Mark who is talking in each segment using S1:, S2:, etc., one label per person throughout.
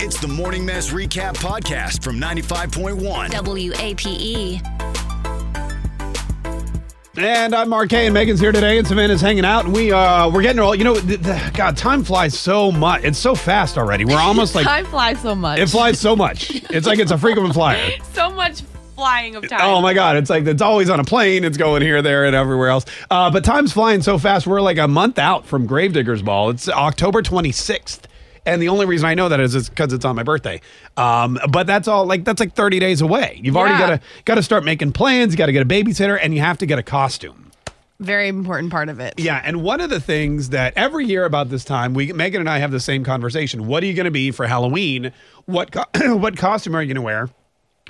S1: It's the Morning Mess Recap Podcast from 95.1.
S2: E.
S3: WAPE.
S4: And I'm Mark Kay, and Megan's here today, and Savannah's hanging out, and we uh we're getting all you know. Th- th- God, time flies so much. It's so fast already. We're almost like
S5: time flies so much.
S4: it flies so much. It's like it's a frequent flyer.
S5: so much flying of time.
S4: Oh my God! It's like it's always on a plane. It's going here, there, and everywhere else. Uh, but time's flying so fast. We're like a month out from Gravediggers Ball. It's October 26th, and the only reason I know that is because it's on my birthday. Um, but that's all. Like that's like 30 days away. You've already
S5: Yeah.
S4: got to got to start making plans. You got to get a babysitter, and you have to get a costume.
S5: Very important part of it.
S4: Yeah, and one of the things that every year about this time, we Megan and I have the same conversation. What are you going to be for Halloween? What co- what costume are you going to wear?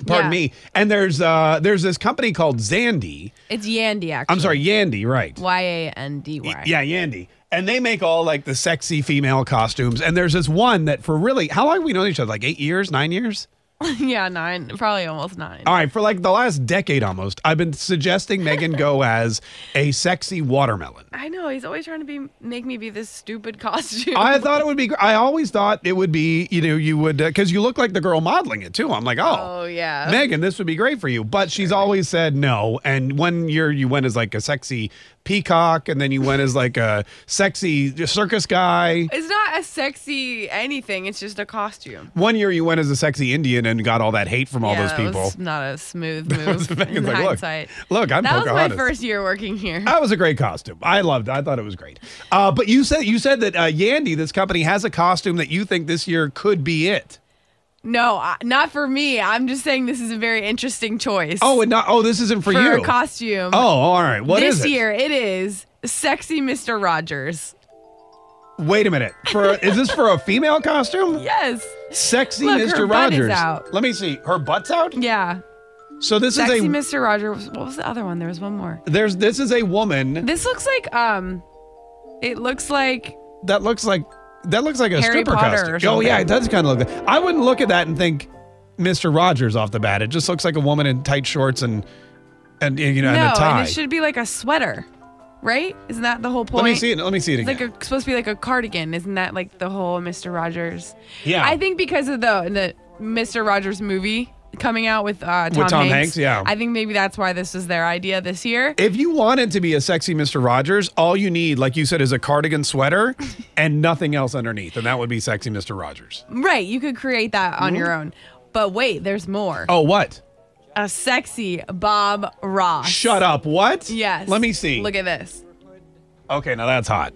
S4: Pardon
S5: Yeah.
S4: me. And there's uh there's this company called Zandy.
S5: It's Yandy actually.
S4: I'm sorry, Yandy, right?
S5: Y A N D Y.
S4: Yeah, Yandy. And they make all like the sexy female costumes. And there's this one that for really how long have we known each other? Like 8 years, 9 years?
S5: yeah, nine. Probably almost nine.
S4: All right, for like the last decade almost, I've been suggesting Megan go as a sexy watermelon.
S5: I know. He's always trying to be make me be this stupid costume.
S4: I thought it would be. gr- I always thought it would be. You know, you would because you look like the girl modeling it too. I'm like, oh,
S5: Oh, yeah.
S4: Megan, this would be great for you. But she's always said no. And one year you went as like a sexy peacock, and then you went as like a sexy circus guy.
S5: it's not a sexy anything. It's just a costume.
S4: One year you went as a sexy Indian and got all that hate from all
S5: yeah,
S4: those
S5: That
S4: people.
S5: was not a smooth move. in
S4: Megan's like, look,
S5: hindsight.
S4: look, I'm
S5: that was my
S4: Pocahontas. Uh,
S5: first year working here.
S4: That was a great costume. I loved. it. I thought it was great. Uh, but you said you said that uh, Yandy, this company, has a costume that you think this year could be it.
S5: no, I, not for me. I'm just saying this is a very interesting choice.
S4: Oh, and not. Oh, this isn't for,
S5: for
S4: you.
S5: a costume.
S4: Oh, all right. What
S5: this
S4: is it?
S5: year it is sexy Mr. Rogers.
S4: Wait a minute. For is this for a female costume?
S5: Yes.
S4: Sexy
S5: Look,
S4: Mr.
S5: her butt
S4: Rogers.
S5: is out.
S4: Let me see. Her butt's out.
S5: Yeah.
S4: So this is
S5: Sexy
S4: a
S5: Mr. Rogers. What was the other one? There was one more.
S4: there's this is a woman
S5: This looks like um, it looks like
S4: that looks like that looks like a
S5: Harry
S4: stripper
S5: Potter
S4: costume.
S5: or
S4: oh yeah,
S5: something.
S4: it does kind of look. That. I wouldn't look at that and think Mr. Rogers off the bat. It just looks like a woman in tight shorts and and you know and
S5: no,
S4: a tie.
S5: and it should be like a sweater, right? Isn't that the whole point?
S4: Let me see it. Let me see it
S5: It's
S4: again.
S5: like a, supposed to be like a cardigan, isn't that like the whole Mr. Rogers?
S4: Yeah.
S5: I think because of the the Mr. Rogers movie coming out with uh, Tom,
S4: Tom
S5: Hanks,
S4: Hanks, yeah.
S5: I think maybe that's why this was their idea this year.
S4: If you wanted to be a sexy Mr. Rogers, all you need, like you said, is a cardigan sweater and nothing else underneath. And that would be sexy Mr. Rogers.
S5: Right? You could create that
S4: Mm-hmm.
S5: on your own. But wait, there's more.
S4: Oh, what?
S5: A sexy Bob Ross.
S4: Shut up. What?
S5: Yes.
S4: Let me see.
S5: Look at this.
S4: okay, now that's hot.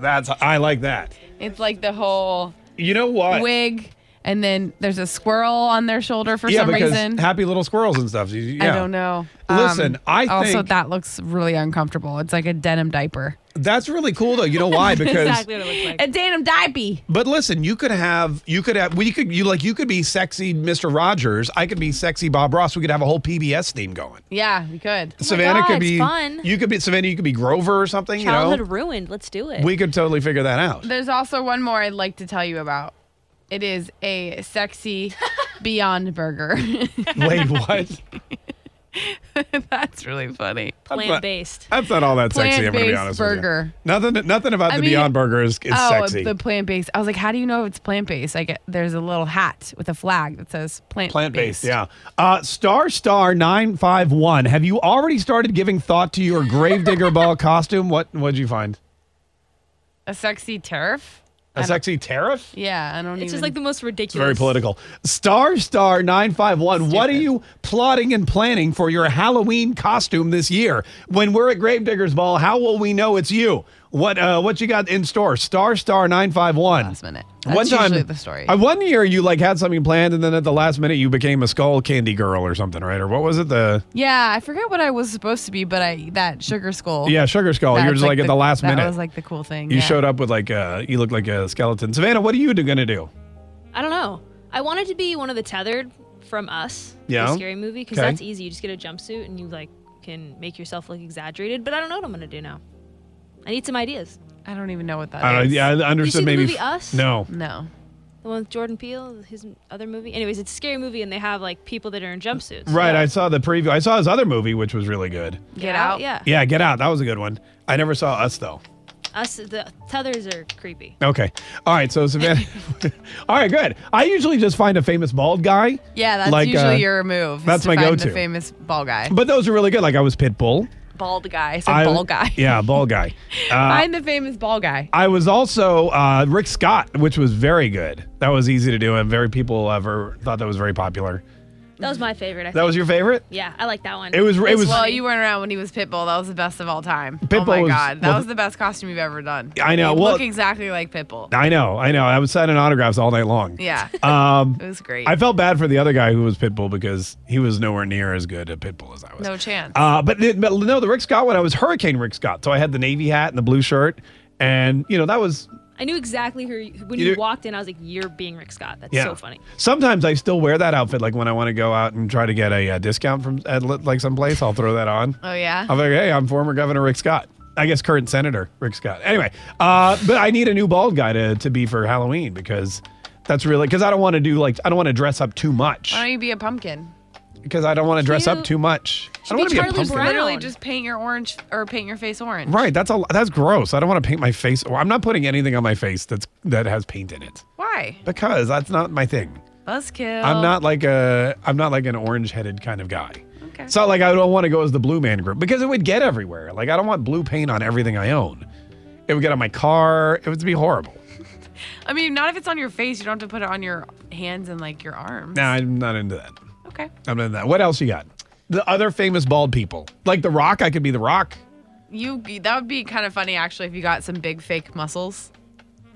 S4: That's I like that.
S5: It's like the whole
S4: You know what?
S5: wig, and then there's a squirrel on their shoulder for
S4: yeah,
S5: some
S4: because
S5: reason.
S4: happy little squirrels and stuff. you-
S5: I
S4: yeah.
S5: don't know. Um,
S4: Listen, I
S5: also
S4: think-
S5: that looks really uncomfortable. It's like a denim diaper.
S4: That's really cool though. You know why? Because
S5: what it looks like. A denim diaper.
S4: But listen, you could have you could have we could you like you could be sexy Mr. Rogers. I could be sexy Bob Ross. We could have a whole PBS theme going.
S5: Yeah, you could.
S4: Savannah
S6: God,
S4: could
S6: it's
S4: be
S6: fun.
S4: You could be Savannah. You could be Grover or something.
S6: childhood
S4: you know,
S6: ruined. Let's do it.
S4: we could totally figure that out.
S5: There's also one more I'd like to tell you about. It is a sexy Beyond Burger.
S4: Wait, what?
S5: That's really funny.
S6: Plant based.
S4: That's not all that sexy. I'm gonna be
S5: Plant-based
S4: honest
S5: burger.
S4: with you. Nothing. Nothing about
S5: I
S4: the
S5: mean-
S4: Beyond Burger is, is
S5: oh,
S4: sexy.
S5: the plant based. I was like, how do you know if it's plant based? Like, it- there's a little hat with a flag that says plant
S4: Plant based, yeah. Uh, star Star nine five one. Have you already started giving thought to your Gravedigger ball costume? What What'd you find?
S5: A sexy turf?
S4: A sexy tariff?
S5: Yeah, I don't
S6: It's
S5: even.
S6: just like the most ridiculous.
S4: Very political. Star Star 951, what are you plotting and planning for your Halloween costume this year? When we're at Gravediggers Ball, how will we know it's you? What uh, what you got in store? Star Star 951.
S5: Last minute. That's usually the story.
S4: Uh, one year you like had something planned and then at the last minute you became a skull candy girl or something, right? Or what was it? The
S5: yeah, I forget what I was supposed to be, but I that sugar skull.
S4: Yeah, sugar skull.
S5: That's
S4: you were just like, at the last
S5: that
S4: minute.
S5: was like the cool thing.
S4: you
S5: yeah.
S4: showed up with like uh you looked like a skeleton. Savannah, what are you going to do?
S6: I wanted to be one of the tethered from Us,
S4: Yeah.
S6: the scary movie, because
S4: Okay.
S6: that's easy. You just get a jumpsuit and you like can make yourself look exaggerated. But I don't know what I'm gonna do now. I need some ideas.
S5: I don't even know what that is.
S4: I don't. Yeah, I understood
S6: the
S4: maybe.
S6: movie Us?
S4: No.
S5: No.
S6: The one with Jordan Peele, his other movie. Anyways, it's a scary movie and they have like people that are in jumpsuits.
S4: Right, I saw the preview. I saw his other movie, which was really good.
S5: Get out.
S6: Yeah.
S4: Yeah, Get Out. That was a good one. I never saw Us though.
S6: Us the tethers are creepy.
S4: Okay. All right. So Savannah. All right. Good. I usually just find a famous bald guy.
S5: Yeah, that's
S4: Like,
S5: usually
S4: uh,
S5: your move. is
S4: that's
S5: to
S4: my
S5: find
S4: go-to.
S5: The famous ball guy.
S4: But those are really good. Like I was Pitbull.
S5: Bald guy. So
S4: I-
S5: ball guy.
S4: Yeah, bald guy. Uh,
S5: Find the famous ball guy.
S4: I was also uh, Rick Scott, which was very good. That was easy to do, and very people ever thought that was very popular.
S6: That was my favorite. I
S4: That
S6: think.
S4: was your favorite.
S6: yeah, I like that one.
S4: It was. It was.
S5: well, you weren't around when he was Pitbull. That was the best of all time. oh
S4: Pitbull
S5: my
S4: was-
S5: god, that
S4: well,
S5: was the best costume you've ever done.
S4: I know,
S5: You
S4: well-
S5: look exactly like Pitbull.
S4: I know. I know. I was signing autographs all night long.
S5: Yeah,
S4: Um,
S5: it was great.
S4: I felt bad for the other guy who was Pitbull because he was nowhere near as good at Pitbull as I was.
S5: no chance.
S4: Uh, but, it- but no, the Rick Scott one, I was Hurricane Rick Scott. So I had the Navy hat and the blue shirt. And, you know, that was.
S6: I knew exactly who when
S4: You
S6: you,
S4: do-
S6: walked in. I was like, "You're being Rick Scott." That's
S4: Yeah.
S6: so funny.
S4: Sometimes I still wear that outfit. Like when I want to go out and try to get a uh, discount from at, li- like someplace, I'll throw that on.
S5: oh yeah.
S4: I'm like, hey, I'm former Governor Rick Scott. I guess current Senator Rick Scott. Anyway, uh, but I need a new bald guy to, to be for Halloween because that's really because I don't want to do like I don't want to dress up too much
S5: Why don't you be a pumpkin?
S4: because I don't want to dress up
S6: Cute.
S4: too much. I
S6: Should
S4: don't
S6: be
S4: want to be a
S6: Charlie
S4: pumpkin.
S6: Brown.
S5: Literally, just paint your orange or paint your face orange.
S4: Right, that's a that's gross. I don't want to paint my face. Well, I'm not putting anything on my face that's that has paint in it
S5: Why?
S4: because that's not my thing.
S5: Buzzkill.
S6: Oh.
S4: I'm not like a I'm not like an orange-headed kind of guy.
S5: Okay.
S4: It's not like I don't want to go as the blue man group because it would get everywhere. Like I don't want blue paint on everything I own. It would get on my car. It would be horrible.
S5: I mean, not if it's on your face. You don't have to put it on your hands and like your arms.
S4: Nah, I'm not into that.
S5: Okay.
S4: I'm not into that. What else you got? The other famous bald people, like The Rock. I could be The Rock.
S5: You that would be kind of funny actually if you got some big fake muscles.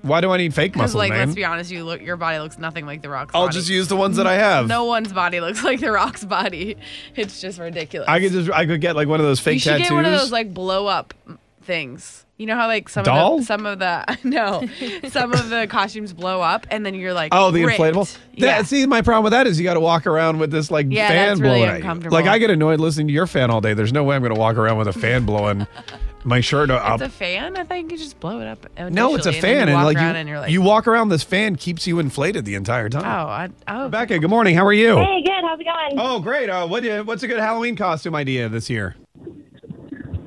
S4: Why do I need fake
S5: Because
S4: muscles,
S5: like,
S4: man?
S5: let's be honest, you look your body looks nothing like the Rock's
S4: I'll
S5: body.
S4: just use the ones that I have.
S5: no one's body looks like the Rock's body. It's just ridiculous.
S4: I could just I could get like one of those fake
S5: you should
S4: tattoos.
S5: get one of those like blow up things. You know how like some
S4: Doll?
S5: of the, some of the no some of the costumes blow up and then you're like
S4: Oh, the
S5: ripped.
S4: inflatable.
S5: Yeah.
S4: That, see, my problem with that is you got to walk around with this like
S5: Yeah,
S4: fan
S5: that's really
S4: blowing. at you.
S5: uncomfortable.
S4: Like I get annoyed listening to your fan all day. There's no way I'm going to walk around with a fan blowing my shirt up.
S5: it's a fan. I think you just blow it up.
S4: um, no, it's a
S5: initially, and
S4: fan,
S5: then
S4: and,
S5: you walk
S4: like, you,
S5: around and you're like
S4: you walk around. This fan keeps you inflated the entire
S5: oh
S4: time.
S5: I, oh
S4: Becca, good morning. How are you?
S3: Hey, good. How's it going?
S4: Oh, great. Uh, what, uh, what's a good Halloween costume idea this year?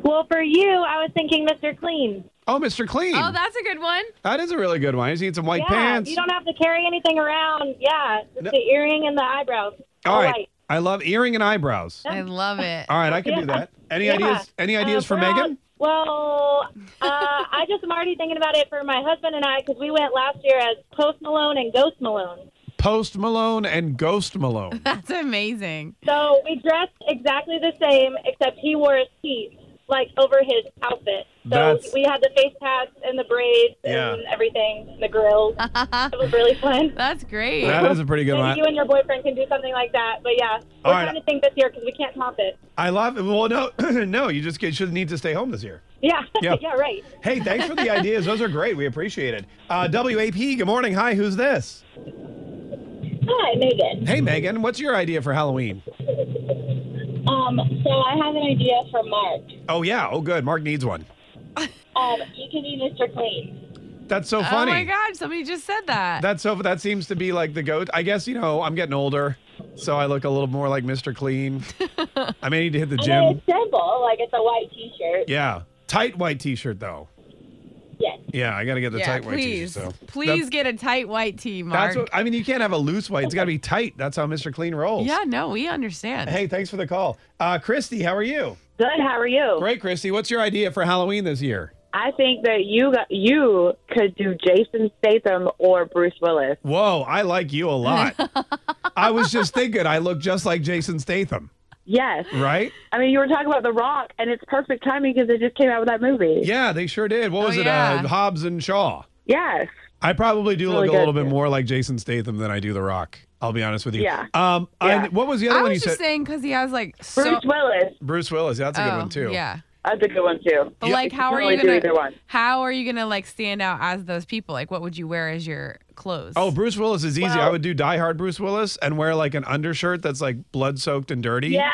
S3: Well, for you, I was thinking Mr. Clean.
S4: Oh, Mr. Clean.
S5: oh that's a good one.
S4: that is a really good one. I just need some white
S3: yeah,
S4: pants.
S3: you don't have to carry anything around. Yeah, just
S4: No.
S3: the earring and the eyebrows.
S4: All right.
S3: Alright.
S4: I love earring and eyebrows.
S5: I love it.
S4: All right, I can
S3: Yeah.
S4: do that. Any
S3: Yeah.
S4: ideas? Any
S3: Uh,
S4: ideas for
S3: we're out-
S4: Megan?
S3: Well, uh, I just am already thinking about it for my husband and I because we went last year as Post Malone and Ghost Malone.
S4: Post Malone and Ghost Malone.
S5: That's amazing.
S3: So we dressed exactly the same, except he wore a suit like over his outfit. So
S4: That's-
S3: we had the face tats and the braids and
S4: Yeah.
S3: everything, the grills. it was really fun.
S5: That's great.
S4: That is a pretty good
S3: Maybe
S4: one.
S3: you and your boyfriend can do something like that. But yeah, we're
S4: All right.
S3: trying to think this year because we can't top it.
S4: I love it. Well, no, no, you just get, should need to stay home this year.
S3: Yeah,
S4: Yeah.
S3: yeah, right.
S4: Hey, thanks for the ideas. Those are great. We appreciate it. Uh, WAP, good morning. Hi, who's this?
S3: Hi, Megan.
S4: Hey, Megan, what's your idea for Halloween?
S3: Um, so I have an idea for Mark.
S4: Oh, yeah. Oh, good. Mark needs one.
S3: Um, you can be Mr. Clean.
S4: That's so
S5: Oh
S4: funny.
S5: my God! Somebody just said that.
S4: That's so, that seems to be like the goat. I guess, you know, I'm getting older, so I look a little more like Mr. Clean. I may need to hit the
S3: I know
S4: gym.
S3: it's simple, like it's a white T-shirt.
S4: Yeah. Tight white t shirt, though.
S3: Yes.
S4: Yeah, I got to get the
S5: yeah,
S4: tight white t
S5: please,
S4: shirt, though.
S5: please get a tight white tee, Mark.
S4: That's what, I mean, you can't have a loose white. It's got to be tight. That's how Mr. Clean rolls.
S5: yeah, no, we understand.
S4: Hey, thanks for the call. Uh, Christy, how are you?
S7: Good. How are you?
S4: Great, Christy. What's your idea for Halloween this year?
S7: I think that you got, you could do Jason Statham or Bruce Willis.
S4: Whoa, I like you a lot. I was just thinking I look just like Jason Statham,
S7: Yes.
S4: right?
S7: I mean, you were talking about The Rock, and it's perfect timing because they just came out with that movie.
S4: Yeah, they sure did. What was
S5: Oh,
S4: it? Uh,
S5: yeah.
S4: Hobbs and Shaw.
S7: Yes.
S4: I probably do look
S7: Really
S4: a little
S7: good,
S4: bit
S7: yeah.
S4: more like Jason Statham than I do The Rock. I'll be honest with you.
S7: Yeah.
S4: Um. I,
S7: Yeah.
S4: what was the other
S5: I
S4: one
S5: was
S4: you said?
S5: just saying because he has like so.
S7: Bruce Willis.
S4: Bruce Willis. That's a good
S5: Oh,
S4: one too.
S5: Yeah.
S7: That's a good one too.
S5: But
S4: Yeah.
S5: like,
S7: You
S5: how
S7: can
S5: are
S7: only
S5: you
S7: do
S5: gonna?
S7: either one.
S5: How are you gonna like stand out as those people? Like, what would you wear as your clothes.
S4: Oh, Bruce Willis is easy. I
S7: Well-
S4: would do Die Hard Bruce Willis and wear like an undershirt that's like blood soaked and dirty
S7: Yeah.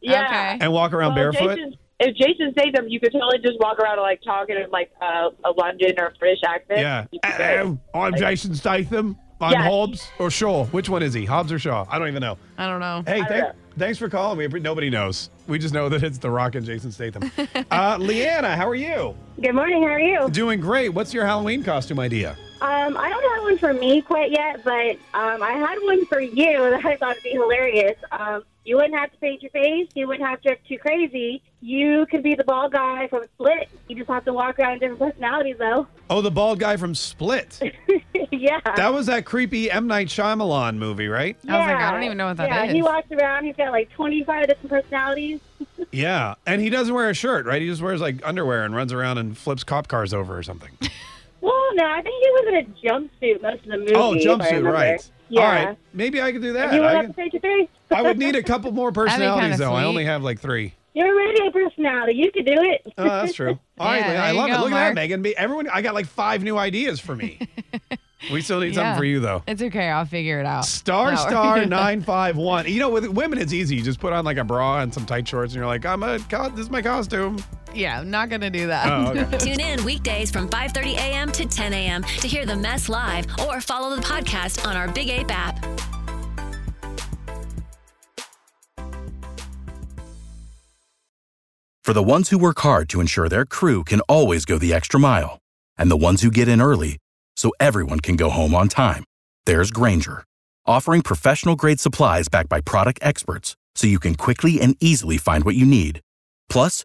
S7: Yeah.
S5: Okay.
S4: and walk around
S7: Well,
S4: barefoot.
S7: Jason, if Jason Statham, you could totally just walk around like talking in like a, a London or British accent.
S4: yeah. Uh,
S7: You'd be great.
S4: Hello, I'm Jason Statham. I'm
S7: Yeah.
S4: Hobbs or Shaw. Which one is he? Hobbs or Shaw? I don't even know.
S5: I don't know.
S4: Hey, thank,
S7: know.
S4: thanks for calling. We appre- nobody knows. We just know that it's The Rock and Jason Statham. uh, Leanna, how are you?
S3: Good morning. How are you?
S4: Doing great. What's your Halloween costume idea?
S3: Um, I don't have one for me quite yet, but um, I had one for you that I thought would be hilarious. Um, you wouldn't have to paint your face. You wouldn't have to act too crazy. You could be the bald guy from Split. You just have to walk around in different personalities, though.
S4: Oh, the bald guy from Split.
S3: yeah.
S4: That was that creepy M Night Shyamalan movie, right?
S5: I was like,
S3: Yeah.
S5: I don't even know what that is.
S3: yeah, he walks around. He's got like 25 different personalities.
S4: Yeah, and he doesn't wear a shirt, right? He just wears like underwear and runs around and flips cop cars over or something.
S3: Well, no, I think he was in a jumpsuit most of the movie.
S4: oh,
S3: if I
S4: jumpsuit,
S3: remember.
S4: right?
S3: Yeah.
S4: All right, maybe I could do that.
S3: You wouldn't
S4: I,
S3: have to
S4: could-
S3: paint your face.
S4: I would need a couple more
S5: be kinda
S4: personalities though. I
S5: sweet.
S4: only have like three.
S3: You're already a personality. You could do it.
S4: Oh, that's true. All right,
S5: Yeah,
S4: Leanna, I
S5: there you
S4: love it.
S5: go,
S4: Look at that,
S5: Mark.
S4: Megan. Me- Everyone, I got like five new ideas for me. we still need
S5: Yeah.
S4: something for you though.
S5: It's okay. I'll figure it out.
S4: Star
S5: Now we're-
S4: star nine five one. You know, with women, it's easy. You just put on like a bra and some tight shorts, and you're like, I'm a co- this is my costume.
S5: yeah, I'm not gonna do that.
S4: Oh, okay.
S2: Tune in weekdays from 5:30 a.m. to 10 a.m. to hear the mess live or follow the podcast on our Big Ape app.
S8: For the ones who work hard to ensure their crew can always go the extra mile, and the ones who get in early so everyone can go home on time, there's Granger, offering professional grade supplies backed by product experts so you can quickly and easily find what you need. Plus,